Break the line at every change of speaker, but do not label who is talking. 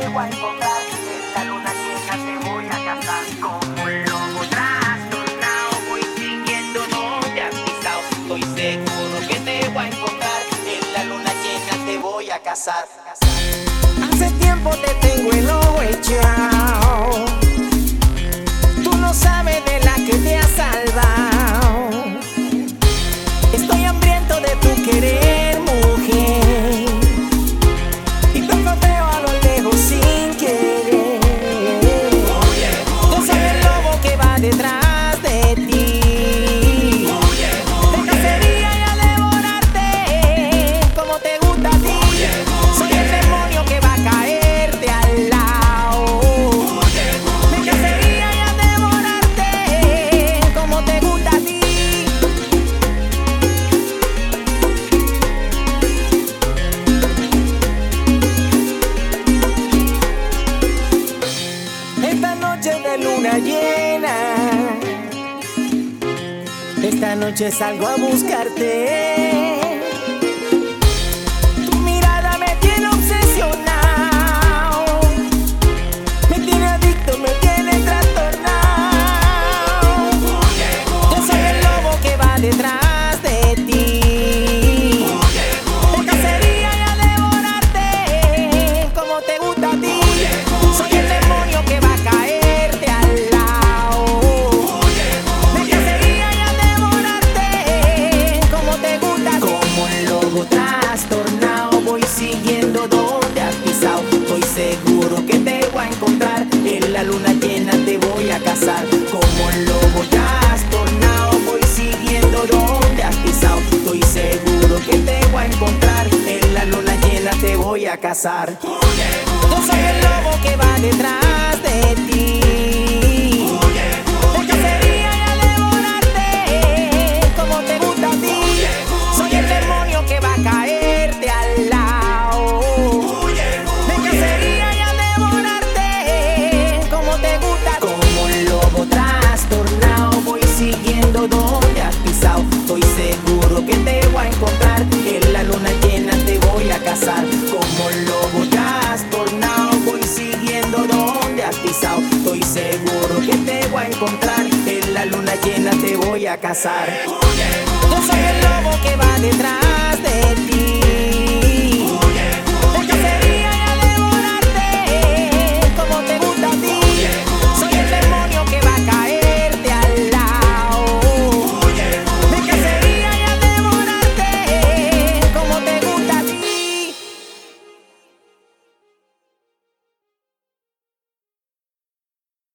llego a encontrar. La luna llena te voy a casar. Como un lobo tras tornado, voy siguiendo, no te has pisado. Estoy seguro que te voy a encontrar. En la luna llena te voy a casar. Hace tiempo te tengo el ojo echado. Tú no sabes de la que te has salvado. Estoy hambriento de tu querer, mujer. Y tengo feo a lo lejos sin querer. Yo soy el lobo que va detrás de ti. Te cacería y a devorarte como te gusta a ti. Soy el demonio que va a caerte al lado. Te cacería y a devorarte como te gusta a ti. Esta noche de luna llena. Esta noche salgo a buscarte. Tu mirada me tiene obsesionado. Me tiene adicto, me tiene trastornado. Yo soy el lobo que va detrás de ti. Te cacería y a devorarte como te gusta a ti. Soy el demonio que va a caerte al lado. Te cacería y a devorarte como te gusta a ti. Como el lobo trastornado voy siguiendo donde has pisado. Estoy seguro que te voy a encontrar. En la luna llena te voy a cazar. Como el lobo trastornado voy siguiendo donde has pisado. Estoy seguro que te voy a encontrar. En la luna llena te voy a cazar. Yo soy el lobo que va detrás de ti. Te cacería y a devorarte como te gusta a ti. Soy el demonio que va a caerte al lado. Te cacería y a devorarte como te gusta. Como el lobo trastornado voy siguiendo donde has pisado. Estoy seguro que te voy a encontrar. En la luna llena te voy a cazar. Como el lobo trastornado voy siguiendo donde has pisado. Estoy seguro que te voy a encontrar. En la luna llena te voy a cazar. Yo soy el lobo Pues Pues